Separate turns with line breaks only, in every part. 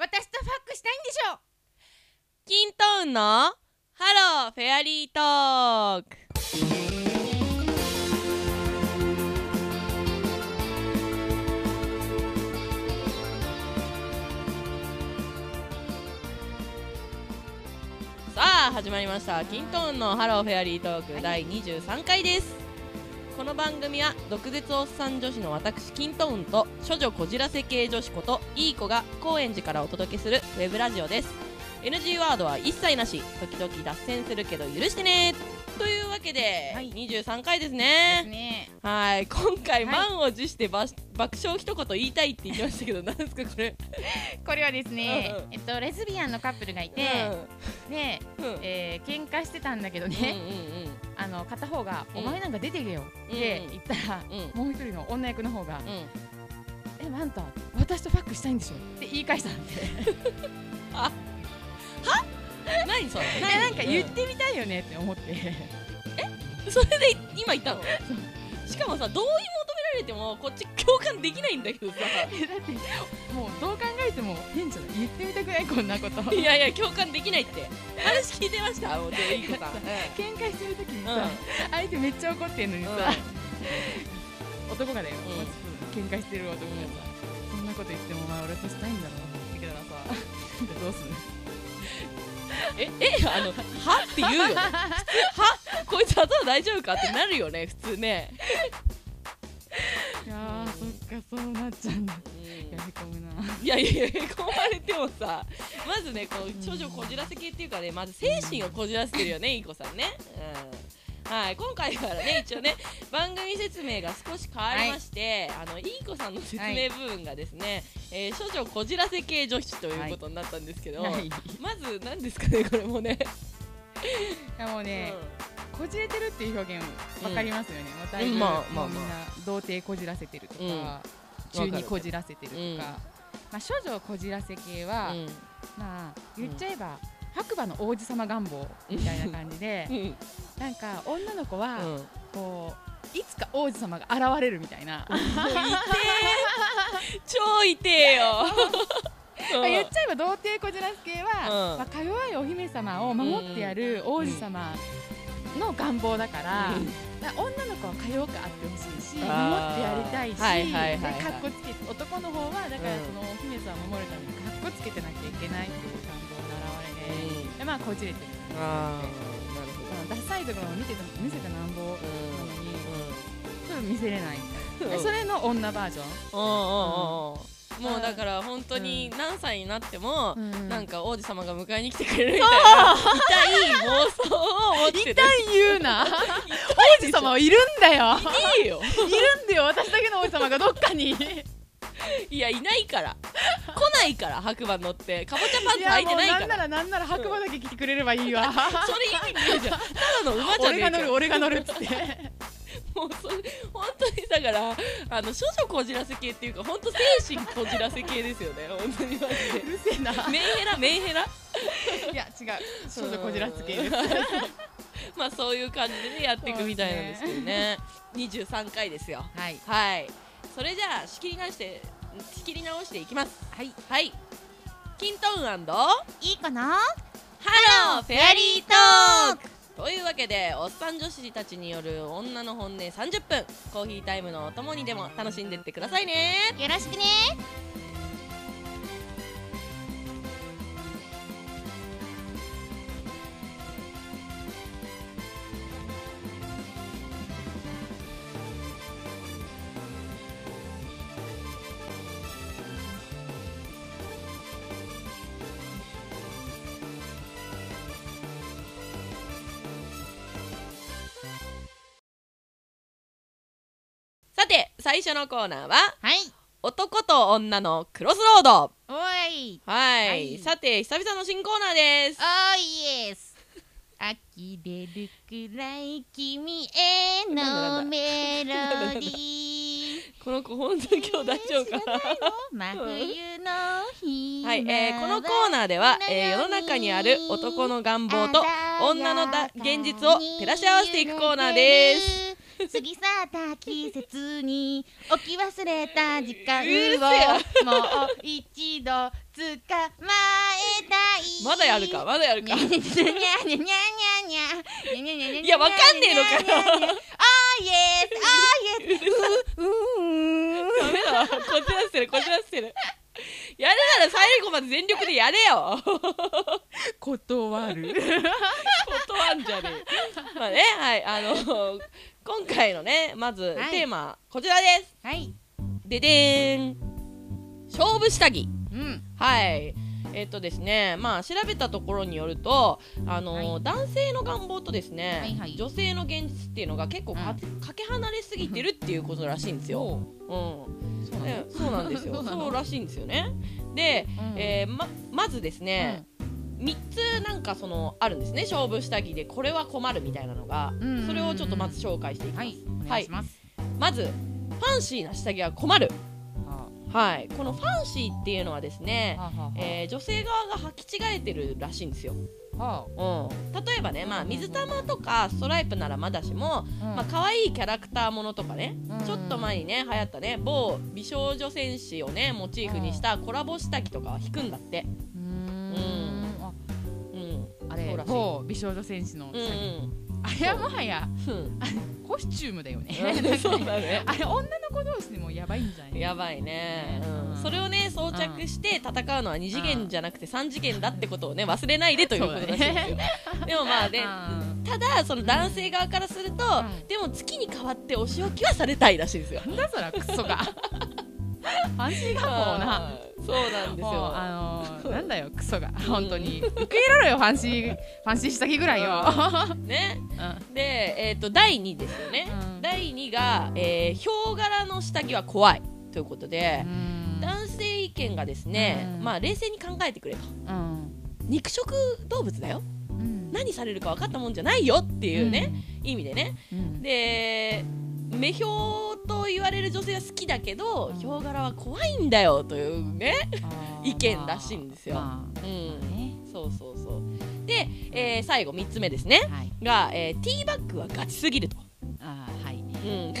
したいんでしょう
キントーンのハローフェアリートークさあ始まりましたキントーンのハローフェアリートーク、第23回ですこの番組は毒舌おっさん女子の私キントーンと処女こじらせ系女子こといい子が高円寺からお届けするウェブラジオです NG ワードは一切なし時々脱線するけど許してねというわけで、
はい
23回です
です
ね
ね
はい今回、
はい
満を持してばし爆笑一言言いたいって言ってましたけど何ですかこれ、
これはですね、
うんうん
えっとレズビアンのカップルがいて、で、
うんうんうん
えー喧嘩してたんだけどね、あの片方が、
うん
お前なんか出てけよ」って
うん
言ったら、
うんうん
もう一人の女役の方が「
うん
えあんた私とファックしたいんでしょ」って言い返したんで
何それ
いやなんか言っ
う
てみたいよねって思って
んそれで今言ったのしかもさ同意求められてもこっち共感できないんだ けどさ
だってもうどう考えても変じゃない言ってみたくないこんな こと
いやいや共感できないって話聞いてましたもうでいい 子さん、う
喧嘩してる時にさ、
うん
相手めっちゃ怒ってんのにさ、
ん
男がだよ、
うん
まあ喧嘩してる男がさ、そんなこと言ってもお前俺としたいんだろうなだけどな さどうする
ええあのはって言うよねはこいつ頭大丈夫かってなるよね普通ね、
いやーそっかそうなっちゃうんだいやへこむな、
いやいやいやへこまれてもさまずねこう少女こじらせ系っていうかねまず精神をこじらせてるよねいい子さんね、うん、はい今回から ね一応ね番組説明が少し変わりまして、あのいい子さんの説明部分がですね、えー少女こじらせ系女子ということになったんですけど、
はいい
まず何ですかねこれもね、
やもうね、こじれてるっていう表現わかりますよね、まあだいぶ、
うんまあまあまあ
もうみんな童貞こじらせてるとか、
うん
中二こじらせてるとか、
うん
まあ少女こじらせ系は、
うん
まあ言っちゃえば、白馬の王子様願望みたいな感じで
う、ん
なんか女の子は、
うん
こういつか王子様が現れるみたいな、
もう痛え超痛え よ
ま
う
あ
ん
言っちゃえば童貞こじらす系は、
うん
まあ、か弱いお姫様を守ってやる王子様の願望だから,、
うん
女の子はか弱くあってほしいし守って
あー
やりたいし、
はいはいはいはい
でかっこつけて男の方はだから
うん
そのお姫様を守るためにかっこつけてなきゃいけないっていう願望の表れで,、
う
でまあこじれてる
あーなる
そのダサいところを見てても見せたなんぼ
ほど
なのに
うん
ちょっと見せれないみたいなで
うん
それの女バージョン。
うんうんうんうんもうだから本当に何歳になっても、
うん
なんか王子様が迎えに来てくれるみたいな痛い妄想を持ってる
痛い言うな王子様はいるんだよ
いいよ
いるんだよ私だけの王子様がどっか に
いやいないから来ないから白馬乗ってかぼちゃパンツ履いてない
やもう
か
んな
ら
らなんなら白馬だけ来てくれればいいわ
それ意味な いじゃんただの馬じゃね
俺
え
が
から
乗る俺が乗るっつって
もうそれ本当にだからあの少女こじらせ系っていうか本当精神こじらせ系ですよね 本当にマジで
うるせえな
メンヘラメンヘラ
いや違う少女こじらす系です
うんまあそういう感じでねやっていくみたいなんですけどね23回ですよ
はい
はいそれじゃあ仕切り直して仕切り直していきます
はい
はいキントーンハ
いいかな
ローフェアリートークというわけでおっさん女子たちによる女の本音30分コーヒータイムのお供にでも楽しんでってくださいね
よろしくね
さて最初のコーナーは
はい
男と女のクロスロード
おい
はい、
はい
さて久々の新コーナーです
おいイエス呆れるくらい君へ
の
メロ
ディ
ー
この子本当に今日大丈夫かな
真
冬
の日
はい、えーこのコーナーでは、えー世の中にある男の願望と女のだ現実を照らし合わせていくコーナーです
す過ぎ去った季節に置き忘れた時間
うるせえ
をもう一度捕まえ
まだやるかまだやる
にゃ
か
にゃにゃにゃにゃにゃにゃにゃにゃにゃにゃにゃにゃにゃにゃにゃにゃ
いやわかんねえのかよ
にゃにゃにゃにゃあーイエスあーイエスうううう
ダメだわこじらせてるこじらせてるやるなら最後まで全力でやれよ
断る
断んじゃねえまあねはいあの今回のねまず、
はい
テーマこちらです
はい
ででーん勝負下着
うん
はいえっ、とですねまあ調べたところによるとあの、
はい
男性の願望とですね、
はいはい
女性の現実っていうのが結構か,、かけ離れすぎてるっていうことらしいんですよ、うん
そうなの
ねそうなんです よ
そうな
そ
の
うらしいんですよねで、えーままずですね、3つなんかそのあるんですね勝負下着でこれは困るみたいなのが、
うんうんうん
それをちょっとまず紹介していきます、
はいお願いします
まずファンシーな下着は困る
は
はいこのファンシーっていうのはです
あ
ね、
はあはあ
えー女性側が履き違えてるらしいんですよ、うん、
は
例えばね、まあ、
うんうんうん
水玉とかストライプならまだしも、
あうん
まあ可愛いキャラクターものとかね、
うん
ちょっと前にね流行ったね某美少女戦士をねモチーフにしたコラボ下着とかは引くんだって、
うー
うん、
んあ
そ
あ
う
れ
らしい
某美少女戦士の
うんうん
あれはもはや
うん
コスチュームだよね
そうだね
あれ女の子同士でもやばいんじゃない
やばいね、
うん
うんそれをね装着して戦うのは2次元じゃなくて3次元だってことをね忘れないでということらしいんですよ、でもまあね
うん
ただその男性側からすると、
うん
でも月に代わってお仕置きはされたいらしいですよ
なんだそらクソ が安心がもうな
うんそうなんです
もう
よ
あのー、なんだよクソが本当に受け入れろよファンシーファンシー下着ぐらいよ、
ね
うん
でえっ、と第2ですよね、
うん
第2が、えー、ヒョウ柄の下着は怖いということで、男性意見がですね、
うん
まあ冷静に考えてくれと
うん
肉食動物だよ
うん
何されるか分かったもんじゃないよっていうね、意味でね
うん
で目標と言われる女性は好きだけどヒョウ柄は怖いんだよというね、
あー
意見らしいんですよ
まあ
う
まあ
ん、
ね
そうそうそうで、えー最後3つ目ですね
はい
が、えーティーバッグはガチすぎると、
あー はい
うん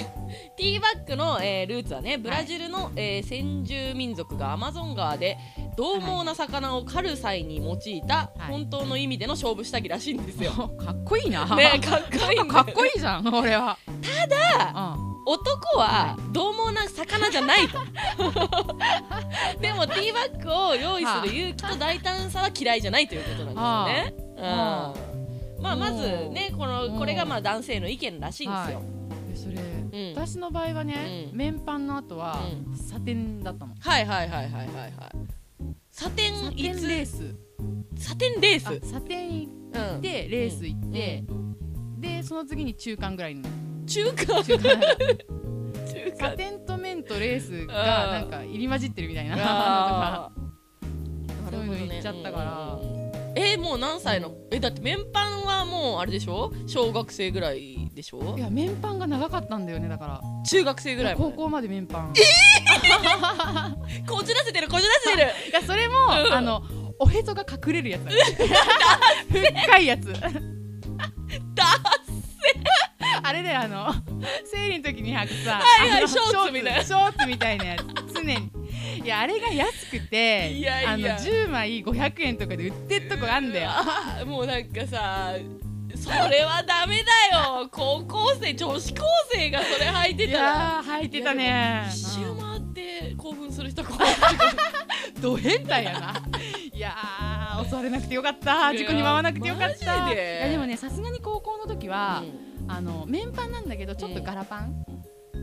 ティーバッグの、えールーツはねブラジルの、えー先住民族がアマゾン川で獰猛な魚を狩る際に用いた
はい
本当の意味での勝負下着らしいんですよ、
かっこいいな、
ねかっこいいんだよね
かっこいいじゃん俺はただ、
男は獰猛な魚じゃないと でもティーバッグを用意する勇気と大胆さは嫌いじゃないということなんですよね、
はあ
うんまあまずねこの
うん
これがまあ男性の意見らしいんですよ、
うんえそれ、
うん
私の場合はね、
うん
面パンの後は、
う
サテンだったの
はい、はいはいはいはいはいサテン
サテ
い
ン
つ
レース
サテンレース
あサテン行
う
っ
ん
てレース行って、でその次に中間ぐらいの
中華
中間
中
サ
華
テンと面とレースがなんか入り混じってるみたいなのとか
あー
そういうの言っちゃったから
うんうんうんえーもう何歳のえだってメンパンはもうあれでしょ小学生ぐらいでしょ
いや面パンが長かったんだよねだから
中学生ぐらいまで
高校まで面パン
こじらせてるこじらせてる
いやそれも、あのおへそが隠れるやつだね 深いやつ
ダ
あれだよあの生理の時に履くさ
はいはい
あの
ショーツみたいな
ショーツみたいなやつ常にいやあれが安くて
いやいや
あの10枚500円とかで売ってるとこあんだよ
あーもうなんかさそれはダメだよ高校生女子高生がそれ履いて
い
たら
やー履いてたね
一周回って興奮する人怖い
ド変態や ないやー襲われなくてよかった事故に遭わなくてよかった
いやマジで
いやでもねさすがに高校の時は、あの綿パンなんだけどちょっと柄パン、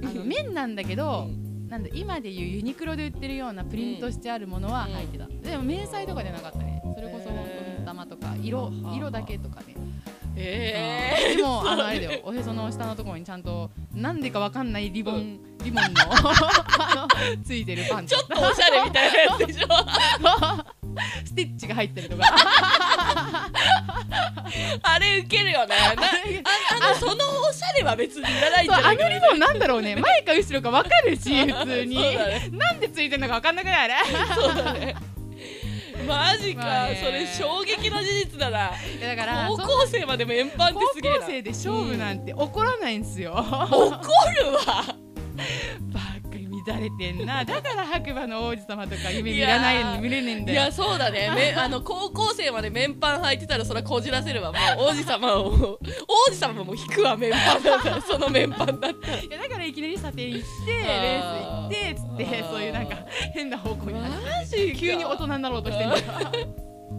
ん
あの綿なんだけど、なんだ今でいうユニクロで売ってるようなプリントしてあるものは履いてた、でも迷彩とかじゃなかったねそれこそ本当に玉とか色
はあ
色だけとかね、
え
うんでもあのあれだよおへその下のところにちゃんとなんでかわかんないリボン、リボンのあの ついてるパン
ー、ちょっとおしゃれみたいなやつでしょ
ステッチが入ってるとか
あれウケ るよねなああのそのおしゃれは別にいらないんじ
そう
ゃな
あ
いか
のリボンなんだろうね前か後ろかわかるし普通に、
そうだね
なんでついてるのかわかんなくないあれ
そうだねマジか、
まあね
それ衝撃の事実だない
やだから
高校生までも円盤
高
って
校
すげえな
生で勝負なんて怒らないんですよ、
怒るわ
ばっかり水乱れてんなだから白馬の王子様とか夢見らないのに見れねえんだ
い
よ
やそうだねめあの高校生まで綿パン履いてたらそりゃこじらせるわもう王子様を王子様も引くわ綿パン だったらその綿パンだったら
いやだからいきなり査定行ってレ
あ
ー
ー
ス行ってつって
あー
そういうなんか変な方向に走って
マジか
急に大人になろうとしてんだよ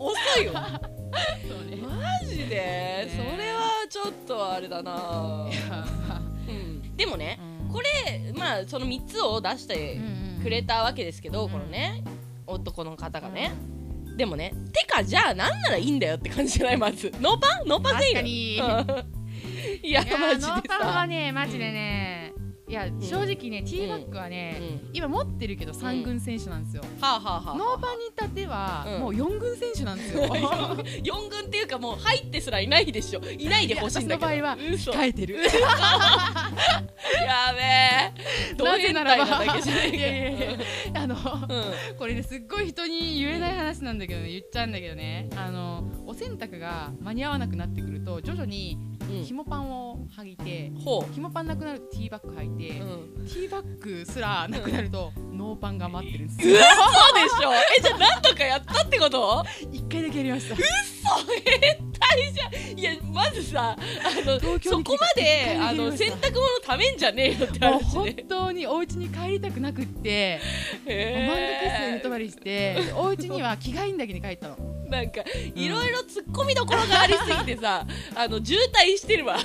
遅いよ
そうね
マジでそれはちょっとあれだな、うんでもねこれまあその3つを出してくれたわけですけど、
うん
このね男の方がね、でもねてかじゃあなんならいいんだよって感じじゃないまずノーパンノーパンでいいの
確
うんいや
いや
マ
ー
ジで
ノ
さ
ーパンはねマジでねいや正直ねティーバッグは
う
ね
ん
今持ってるけど三軍選手なんですよ
はあはあはあ
ノーパンに至っては
うん
もう四軍選手なん ですよ
四軍っていうかもう入ってすらいないでしょいないでほしいんだけど
いや私の場合
嘘
控えてる
やべえどう
な
いう
ぜ
変
な
態
ら
な
ば
だけじゃない
い
か
やいやいやあの
うん
これねすっごい人に言えない話なんだけどね言っちゃうんだけどねあのお洗濯が間に合わなくなってくると徐々に
うん
紐パンを履いて
ほ
紐パンなくなるとティーバッグ履いて
う、うん
ティーバッグすらなくなるとノーパンが待ってるんです
嘘で
よ
しょえじゃあ何とかやったってこと
一回だけやりま した
そう変態じゃんいやまずさあの
東京
そ
に来て
こまで
一
あ
回見
の
ました
洗濯物ためんじゃねえよって
もう
話
本
ね
当にお家に帰りたくなくって、もう漫画喫茶に寝泊まりしてでお家には着替えんだけに帰ったの
なんかいろいろ突っ込みどころがありすぎてさあの渋滞してるわ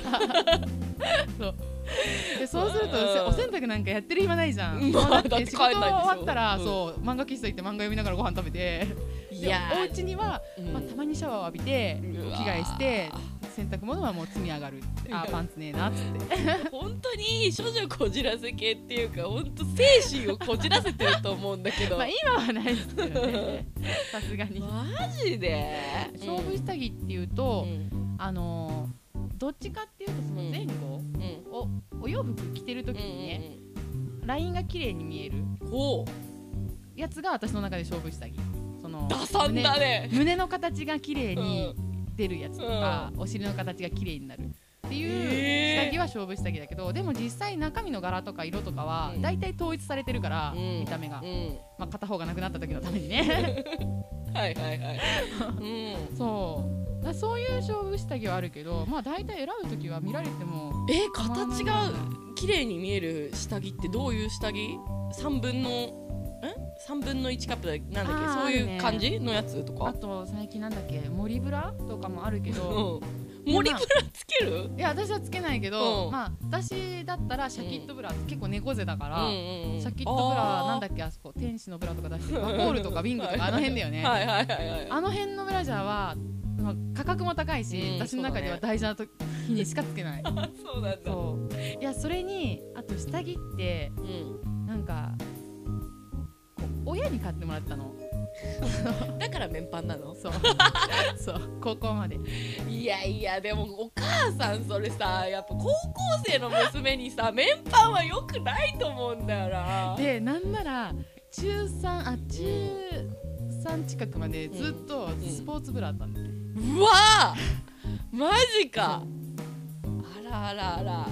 でそうすると
うん
お洗濯なんかやってる暇ないじゃん、
まあ
もう
だっ
仕
て帰ん
事
ないでしょ
終わったら、
うん
そう漫画喫茶行って漫画読みながらご飯食べて
い
でお家には、
うん
まあ、たまにシャワーを浴びて
う
お
わ
着替えして洗濯物はもう積み上がるってあーパンツねえなっつって
本当に処女こじらせ系っていうか本当精神をこじらせてると思うんだけど、
まあ今はないですけど ねさすがに
マジで
勝負下着っていうと、
うん
あのーどっちかっていうとその前後
うん
をお洋服着てる時にね、ラインが綺麗に見える
うんほ
やつが私の中で勝負下着その
う打算だね
胸胸の形が綺麗に出るやつとか、お尻の形が綺麗になるってい
へ
う
ー
下着は勝負下着だけど、でも実際中身の柄とか色とかは
うん
大体統一されてるから、
うん
見た目が、
うん
まあ、片方がなくなった時のためにね
はいはいはい。う ん。
そうだからそういう勝負下着はあるけどまあ大体選ぶ時は見られても
え形が綺麗に見える下着ってどういう下着？三分のん？三分の一カップだなんだっけ
あー
そう
ある
いう
ね
感じのやつと
あ
か。
と最近なんだっけ森ブラとかもあるけ
う
ど
ん。森ブラつける？
いや私はつけないけど、
うん
まあ私だったらシャキッとブラ、結構猫背だか
う
ら、
ん
シャキッとブラなんだ
っ
っけあそこ天使のブラとか出 してるワコールとかビングとかあの辺だよね、
はいはいはいはい。
あの辺のブラジャーは、まあ、価格も高いし、
うん
私の中では
そう
大事な時にしかつけない
そうなんだ。
そういやそれにあと下着って
うん。
なんかこう親に買ってもらった の
だから綿パンなの。
そうそう高校まで
いやいやでもお母さんそれさやっぱ高校生の娘にさ綿パンは良くないと思うんだよな。
でなんなら中3あ中3近くまでずっと
ん
スポーツブラだったんだよね、
うわあマジかあらあらあら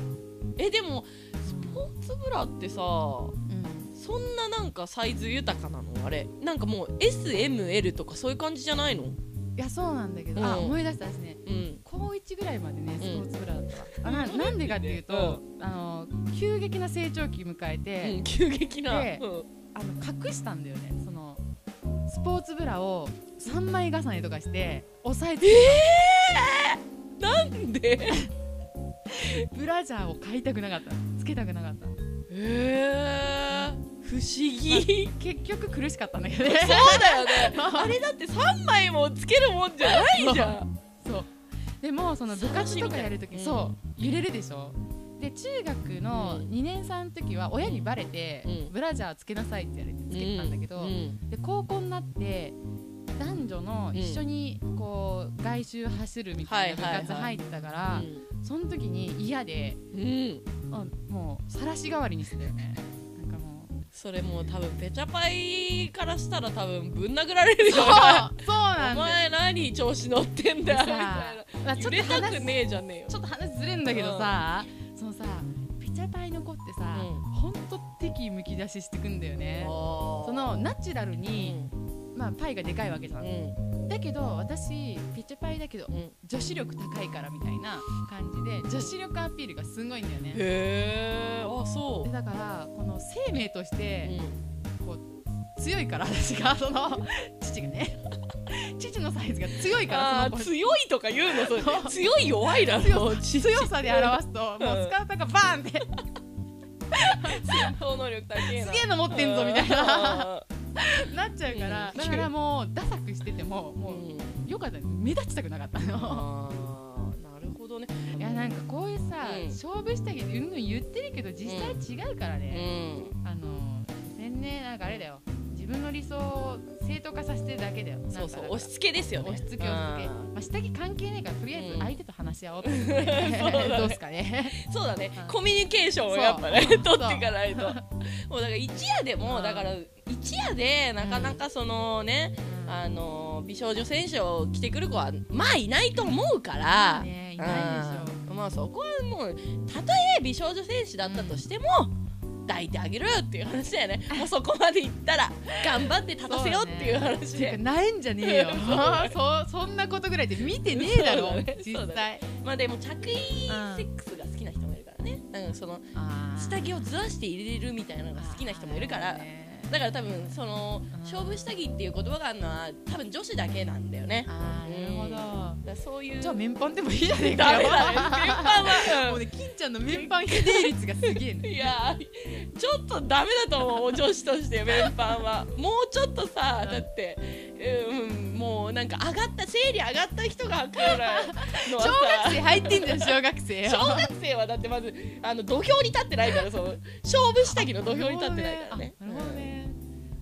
えでもスポーツブラってさそんななんかサイズ豊かなのあれなんかもう SML とかそういう感じじゃないの
いやそうなんだけど、
うん
あ思い出したですね
うん
高1ぐらいまでねスポーツブラだったわ、あな
うん
なんでかっていうと、あの急激な成長期迎え
うん
て、
急激な
で
うん
あの隠したんだよねそのスポーツブラを3枚重ねとかして押さえて、
なんで
ブラジャーを買いたくなかったのつけたくなかったの
えー、不思議
結局苦しかったんだけどね
そうだよ ねあれだって3枚もつけるもんじゃないじゃん
そうでもその部活とかやるとき
うん
そう揺れるでしょで中学の
うん
2年3の時は親にバレて、
うん
ブラジャーつけなさいって言われてつけてたんだけど、
うん
で高校になって男女の一緒にこう外周走るみたいな部
はいはいはい
活入ってたから、
う
その時に嫌で
んうん
あもう晒し代わりにしてたよねなんか もう
それもう多分ペチャパイからしたら多分ぶん殴られるよ
そう
な
そうな
お
んだよ
前何調子乗ってんだよみたい
さあまあ
な
ちょ
揺
っと
れた
話
くねえじゃねえよ
ちょっと話ずれんだけどさ、そのさペチャいぱい残ってさ、
うん
ほんと敵むき出ししてくんだよねそ
そ
のナチュラル
う
に、
ん
まあパイがでかいわけじゃ、
うんん
だけど私ピチャパイだけど
うん
女子力高いからみたいな感じで女子力アピールがすごいんだよね
へえあそ
でだからこの生命として、
う
強いから私がその父がね 父のサイズが強いから
あ
その子
強いとか言うのそれ
そう
強い弱いなの強
強さで表すともうスカウターがバーンって
超能力高 え
す
な
げえの持ってんぞみたいな
う
なっちゃうから
うん
だからもうダサくしててもも
んう
う
ん
よかった目立ちたくなかったの
あーなるほどね
いやなんかこういうさ
うん
勝負下着でうんうん言ってるけど実際違うから
う
ね
ん
あの全然なんかあれだよ自分の理想を正当化させてるだけだよなんか
そうそう
だから
押し付けですよね
押し付け押し付け、まあ、下着関係ないからとりあえず相手と話し合おうって、う
そうだね
どうすかね
けそうだね
うん
コミュニケーションを
そう
やっぱね取
そ
っ
う
ていかないともうだから一夜で
う
も
ん
だから一夜でなかなかそのねあの美少女選手を着てくる子はまあいないと思うから
ねいないでしょ
うんまあそこはもうたとえ美少女戦士だったとしても、抱いてあげるっていう話だよねもうそこまでいったら頑張って立たせようっていう話
ていうか
で、
なえんじゃねえ よそうそんなことぐらいで見てねえだろ
そうだね
実
そうだ
際
まあでも着衣
うん
セックスが好きな人もいるからね、うん、その
あー
下着をずらして入れるみたいなのが好きな人もいるから
あーね
だから多分その
うん
勝負下着っていう言葉があるのは多分女子だけなんだよね
あーなるほど、
だからそういう
じゃあメンパンでもいいじゃねえ
ダ
か
メ
よ
だねメンパンは、
も
う
うね金ちゃんのメンパン比例率がすげえ
ん
ね
いやーちょっとダメだと思う女子としてメンパ ンはもうちょっとさだって、うん、もうなんか上がった生理上がった人が履くようなのは
小
さ
学生入ってんじゃん小学生よ
小学生はだってまずあの土俵に立ってないからその勝負下着の土俵に立ってないからね。
なるほどね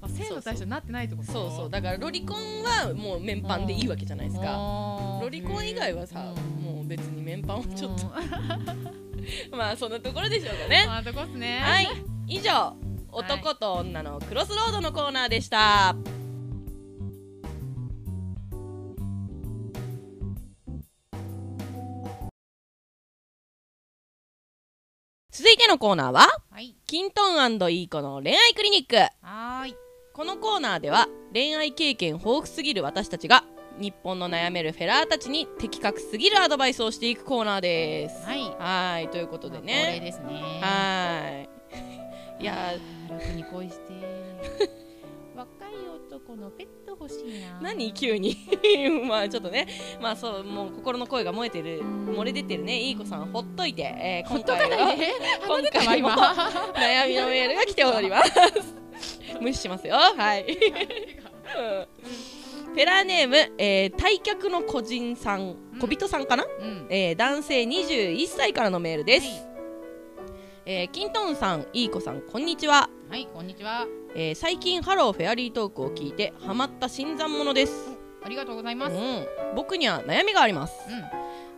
あ性の対象になってないってこ
うん
と
そうそうだからロリコンはもうメンパンでいいわけじゃないですか
あー
ロリコン以外はさ
うん
もう別にメンパンはちょっ
うんあ
と まあそんなところでしょうかね
ーとこっすね
はい以上男と女のクロスロードのコーナーでした続いてのコーナーは
はい
キントンいい子の恋愛クリニック
はーい
このコーナーでは恋愛経験豊富すぎる私たちが日本の悩めるフェラーたちに的確すぎるアドバイスをしていくコーナーです。
はい
はーいということで
まあ恒例
ね。
ですね
はーい。いや
あー楽に恋して 若い男のペット欲しいな
ー何急に まあちょっとねまあそうもう心の声が燃えてる漏れ出てるねいい子さんほっといて、えー、
ほ
今
っと
回
かない
は
で
今回は
は今
悩みのメールが来ております 無視しますよはい。うんフェラーネーム、えー、退却の個人さん、
うん
小人さんかな、
うん
えー男性21歳からのメールです、
はい
えーキントンさんいい子さんこんにちは、
はいこんにちは
えー最近ハローフェアリートークを聞いてハマった新参者です、
ありがとうございうますうん
ん、僕には悩みがあります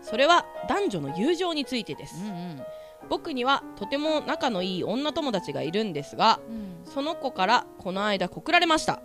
それは男女の友情についてです、
うん
僕にはとても仲のいい女友達がいるんですが
うん
その子からこの間告られました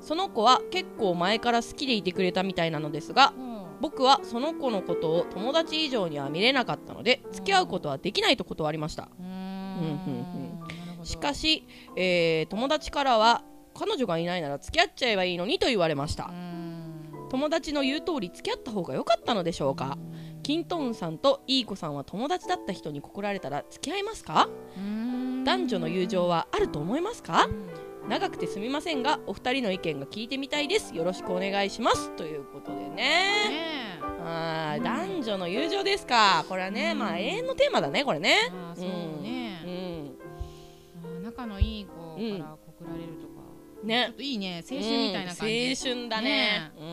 その子は結構前から好きでいてくれたみたいなのですが
うん
僕はその子のことを友達以上には見れなかったので付き合うことはできないと断りました
う
うん
んなるほど
しかし、えー友達からは彼女がいないなら付き合っちゃえばいいのにと言われまし
う
た
ん
友達の言う通り付き合った方が良かったのでしょうかキントーンさんといい子さんは友達だった人に告られたら付き合いますか
うん
男女の友情はあると思いますか
うん
長くてすみませんがお二人の意見が聞いてみたいですよろしくお願いしますということでね
ねえ
あー男女の友情ですかこれはね、まあ永遠のテーマだねこれね
あーそう
う
ね、
ん
あー仲のいい子から告られるとか、ちょ
ね
っといいね青春みたいな感じ、
うん青春だね
ね
う
い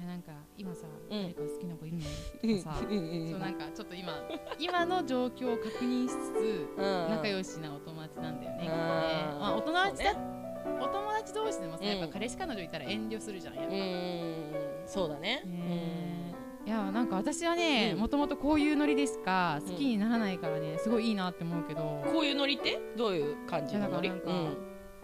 やなんか今さ、
うん
誰か好きな子いるの
ん
とか さ
う、んうん
そうなんかちょっと今今の状況を確認しつつ
うん
仲良しなお友達なんだよね,、
うん
まあ、お友達だ、
そ
お友達同士でもさ
うん
やっぱ彼氏彼女いたら遠慮するじゃんやっ
う
ぱ、い
んそうだね
ねやなんか私はね
うん
もともとこういうノリでしか好きにならないからねすごいいいなって思うけど、
うんこういうノリってどういう感じのノリ
いやだから
う
なん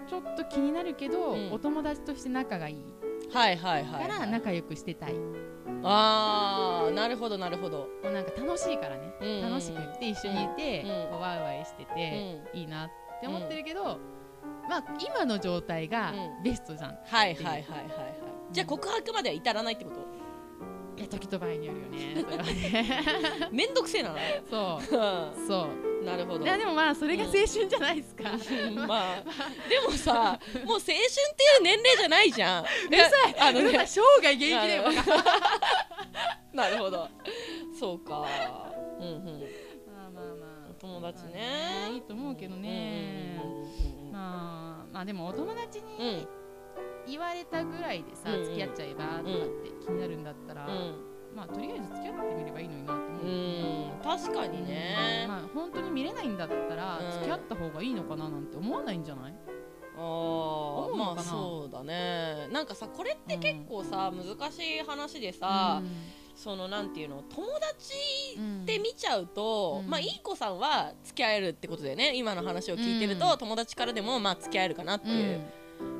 ちょっと気になるけど、
うん
お友達として仲がいい
んはいはいはい
から仲良くしてたい、
うんあーなるほどなるほど、
もうなんか楽しいからね、
うん
楽しくって一緒にいて、
うん
こうワイワイして
う
て、
ん、
いいなって思ってるけど、まあ今の状態が
うん
ベストじゃん、
はいはいはいはいはいじゃあ告白までは至らないってこと
いや時と場合によるよねそれは ね
めんどくせえな
そ
うん
うそ
なるほ
う
ど
いやでもまあそれが青春じゃないですか、
まあでもさもう青春っていう年齢じゃないじゃんう
るさ
いあの
うるさ
ね
い生涯現役だよ
あのなるほどそうかうんうん
まあまあま
お
あ
友達ね
まあいいと思うけどね、
うんうんうんうん
まあまあでもお友達に
うん
言われたぐらいでさ、
うんうん
付き合っちゃえばとかって気になるんだったら、
う
まあとりあえず付き合ってみればいいのになと思う、
ん、うん、確かにね、
まあ本当に見れないんだったら、
うん
付き合った方がいいのかななんて思わないんじゃない
あー
思うの
ま
かな
あそうだねなんかさこれって結構さ、難しい話でさ、そのなんていうの友達
うん
って見ちゃうと、
うん
まあいい子さんは付き合えるってことだよね今の話を聞いてると、
うん
友達からでもまあ付き合えるかなって
う
い
ん
う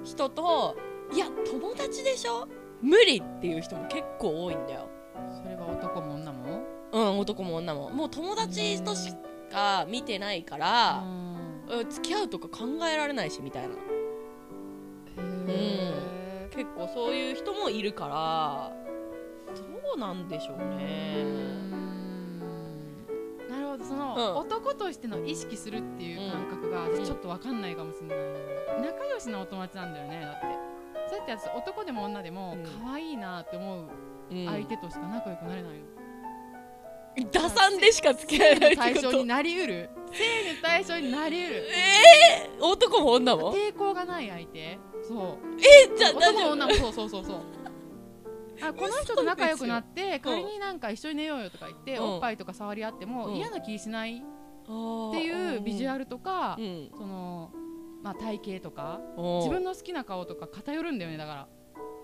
人と、いや友達でしょ無理っていう人も結構多いんだよ
それは男も女も
うん男も女ももう友達としか見てないから、
うん
うん付き合うとか考えられないしみたいな
へ
結構そういう人もいるからどうなんでしょう
ーう
ね
んなるほどそ
うん
の男としての意識するっていう感覚が
うん
ちょっとわかんないかもしれない仲良しのお友達なんだよねだってそうやって私男でも女でも
うん
可愛いなって思う
うん
相手としか仲良くなれないの
打算でしか付き合えないっ
対
てこ
象に
と
なりうる性の対象になりうる
男も女も
抵抗がない相手そう
じゃあ
男
大
も
丈夫
女もそうそうそうそうあこの人と仲良くなって
そうですよ
仮になんか一緒に寝ようよとか言って、
うん
おっぱいとか触り合っても、
うん
嫌な気しないっ
って
いうビジュア
ル、
ルとか、
うん、
その、まあ、体型とか
自
自分の好きな顔とか偏るんだよねだから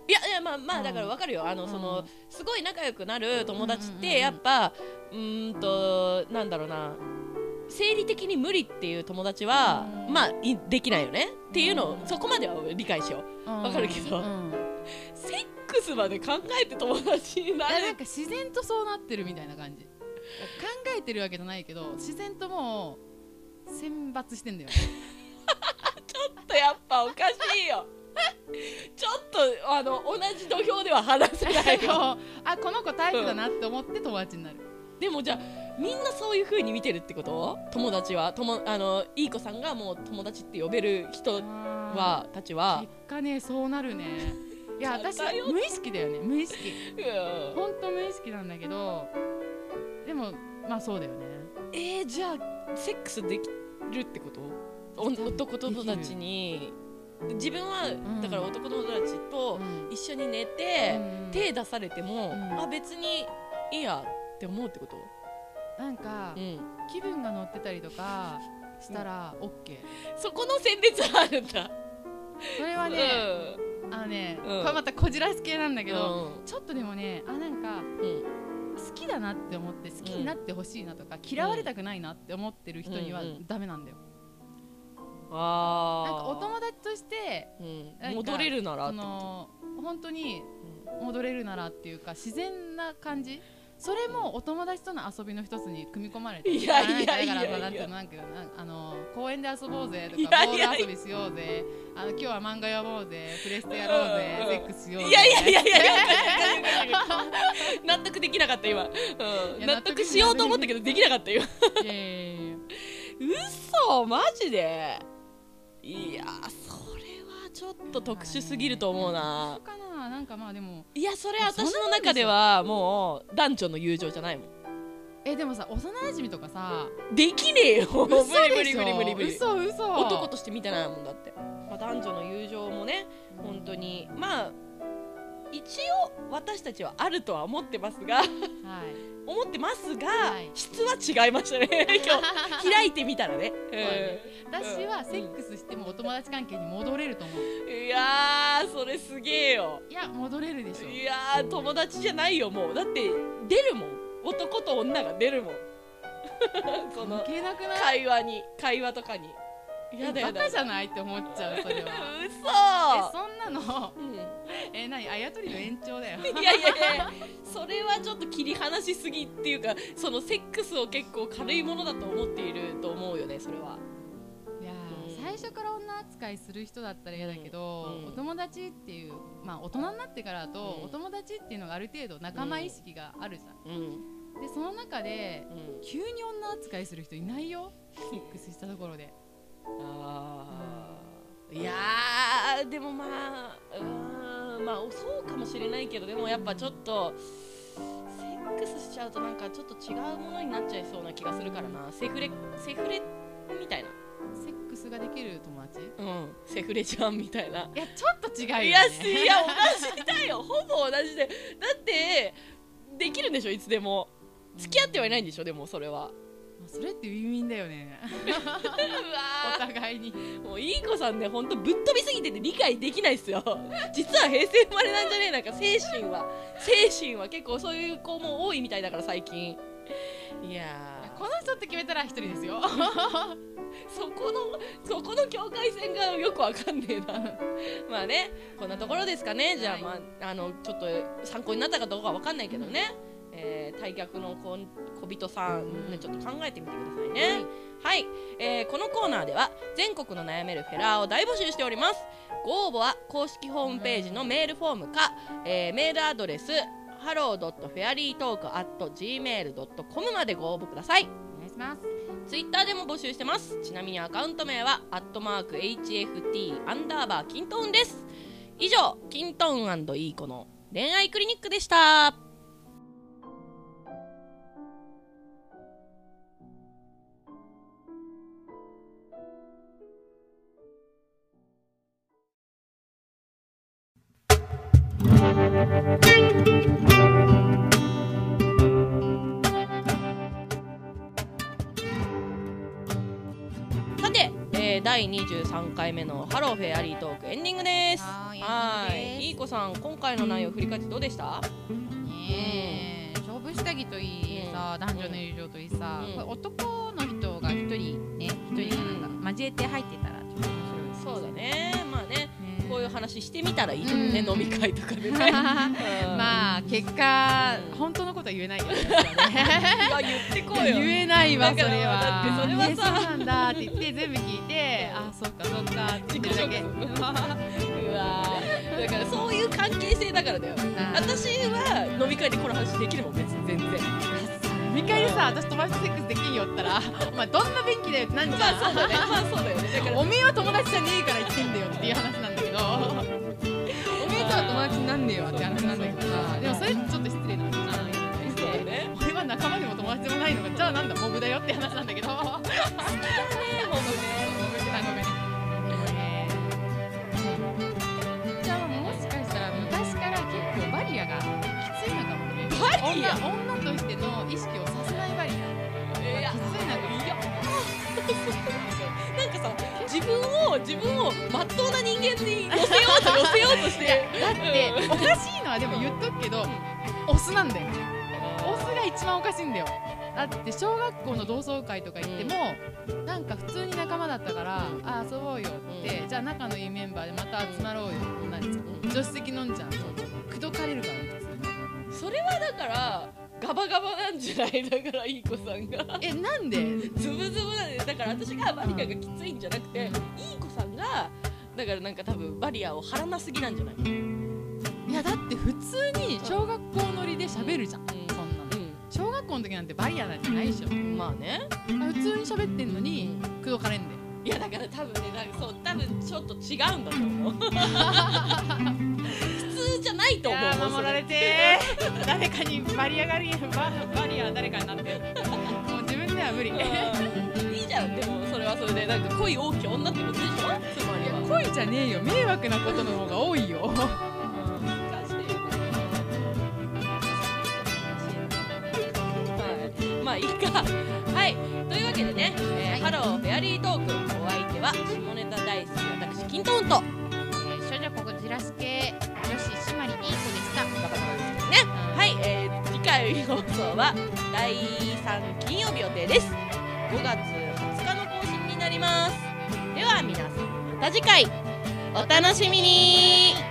いやいやまあま
う
あ
ん
だからわかるよあの、
うん
そのすごい仲良くなる友達っ
うんうんうんう
て
ん
やっぱうーんとなんだろうな生理的に無理っていう友達は、
うん
まあいできないよねっていうのを、
うん
そこまでは理解しよう
わ
わかるけどセックスまで考えて友達にな
なん
れる
か自然とそうなってるみたいな感じ考えてるわけじゃないけど自然ともう選抜してん だよね
とやっぱおかしいよ ちょっとあの同じ土俵では話せ ないよ
こうあこの子タイプだなって思って友達になる、
でもじゃあみんなそういう風に見てるってこと友達はともあのいい子さんがもう友達って呼べる人はたちは
結果ねそうなるねいや私
偏っ
無意識だよね無意識
うん
ほんと無意識なんだけどでもまあそうだよね
えー、じゃあセックスできるってことお男友達に自分は、
ん
だから男友達と一緒に寝て、
うん
手出されても、
うん
あ別にいいやって思うってこと、
なんか
ん、
気分が乗ってたりとかしたら OK
そこの選別はあるんだ
それはねあのね
ん
これまたこじらす系なんだ
うん
けどちょっとでもねあなんか
うん
好きだなって思って好きになってほしいなとか嫌われたくないなって思ってる人には
うんうん
ダメなんだよ
あ
なん
ー
かお友達として
うん
なんか
戻れるなら
そ
ってこ
の本当に
と
戻れるならっていうか自然な感じそれもお友達との遊びの一つに組み込まれて
いやいやいやいや
だからなんかなんかなんかあの公園で遊ぼうぜとか
いやいやいや
ボール遊びしようぜあの今日は漫画やろうぜプレステやろうぜ
うんうん
セックスしようぜ
いやいやいやいやいやいやいや納得できなかった今、うん、
いや
納得しようと思ったけどできなかった今
いやいやいや
嘘マジでいやそれはちょっと特殊すぎると思うな
そうかななんかまあでも
いやそれ私の中ではもう男女の友情じゃないもん
えでもさ幼馴染とかさ
できねえよ無
嘘
理無
で
理
し
無理
ょ
無理無理
嘘嘘
男として見てないもんだって、まあ、男女の友情もね本当にまあ一応私たちはあるとは思ってますが
はい
思ってますが、
はい
質は違いましたね 今日開いてみたらね、
だね私はセックスしてもお友達関係に戻れると思う
うんいやーそれすげえよ
いや戻れるでしょ
いやー友達じゃないよもうだって出るもん男と女が出るもん そ
関
の
係なくない
会話に会話とかにやだや
バ
だ
カじゃないって思っちゃうそれは
嘘
えそんなの
うん
え何あやとりの延長だ よ
いやいやいやそれはちょっと切り離しすぎっていうかそのセックスを結構軽いものだと思っていると思うよねそれはい
やー
うん
最初から女扱いする人だったら嫌だけど、
うん
お友達っていうまあ大人になってからだと、
うん
お友達っていうのがある程度仲間意識があるじゃん、
うん
でその中で
うん
急に女扱いする人いないよセックスしたところで
あーいやーでもまあうーんまあそうかもしれないけどでもやっぱちょっとセックスしちゃうとなんかちょっと違うものになっちゃいそうな気がするからなセフレセフレみたいな
セックスができる友達
うんセフレちゃんみたいない
やちょっと違うよ、ね、
いやすいや 同じだよほぼ同じでだってできるんでしょいつでも付き合ってはいないんでしょでもそれは
まあそれってウィンウィンだよ ね
う
お
わ
互いに
ーもういい子さんねほんとぶっ飛びすぎてて理解できないっすよ 実は平成生まれなんじゃねえなんか精神は精神は結構そういう子も多いみたいだから最近いやー
この人って決めたら一人ですよ
そこのそこの境界線がよくわかんねえな まあねこんなところですかねじゃあ,、
はい
まあ、あのちょっと参考になったかどうかはわかんないけどね、えー、退却のこん小人さん、ね、ちょっと考えてみてくださいねはい、えーこのコーナーでは全国の悩めるフェラーを大募集しておりますご応募は公式ホームページのメールフォームか、えーメールアドレスハロー .fairytalk.gmail.com までご応募ください
お願いします
ツイッターでも募集してますちなみにアカウント名はアットマーク HFT アンダーバーキントーンです以上キントーンいい子の恋愛クリニックでしたさて、えー、第23回目のハローフェアリートークエンディングです
はーいエンディングです
いいい子さん今回の内容振り返ってどうでした
ねえ勝負下着といいさ、男女の友情といいさ、
うん
これ男の人が一人ね一人がなんか交えて入ってたらちょっと面白い
そうだねまあね
ね
こういう話してみたらいいよね、
うん
飲み会とか でねあ
まあ結果
本当のことは言えないよね
言ってこうよ
言えないわそ
だか
れ
ら
は
だってそれはさ
えそうなんだって言って全部聞いてあそっかそっかって
自
言
己
って
紹
るだ
介
け
うわーだからそういう関係性だからだよ
あー
私は飲み会でこの話できるもん別に全然
見返りさ私友達とセックスできんよったら お前どんな便器だよってなんじ
まあ
ゃ
そうだねまあそうだよねだから
んおめえは友達じゃねえから言ってんだよっていう話なんだけどおめえとは友達になんねえわって話なんだけどさでもそれってちょっと失礼な話じゃない
そうだね
俺は仲間でも友達でもないのがじゃあなんだモブだよって話なんだけどあ
ほんと
ごめんね
じゃあもしかしたら昔から結構バリアがきついのかもね
バリア
女女としての意識をさせないバリア
ねいや
きついなと思う
いやなんかさ自分を自分をまっとうな人間に寄せようと寄せようとし
いや
て
だっておかしいのはでも言っとくけどオスなんだよオスが一番おかしいんだよだって小学校の同窓会とか行っても、なんか普通に仲間だったから、
うん
ああ遊ぼうよって、じゃあ仲のいいメンバーでまた集まろうよ、なに助手席飲んじゃう口説かれるからね普通に
それはだからガバガバなんじゃないだからいい子さんが
えなんで
ズブズブなんでだから私がバリアがきついんじゃなくて、
うん
いい子さんがだからなんか多分バリアを張らなすぎなんじゃない、
いやだって普通に小学校乗りで喋るじゃん、そんなの小学校の時なんてバリアなんてないでしょ、
うんまあね
あ普通に喋ってんのに口説かれんで
いやだから多分ねなんかそう多分ちょっと違うんだと思う普通じゃないと思うもうそ
守られてー 誰かにバリアがりババリア誰かになってる もう自分では無理
うんいいじゃんでもそれはそれでなんか恋多き女ってことでしょつまりは
恋じゃねえよ迷惑なことの方が多いよ
難しいよねはいまあいいかはいというわけでね、えーハローフェアリートークお相手は下ネタ大好き私キントーンと
少女ここじらすけ女子締まりにいい子でした
はい、えー次回放送は第3金曜日予定です5月20日の更新になりますでは皆さんまた次回お楽しみに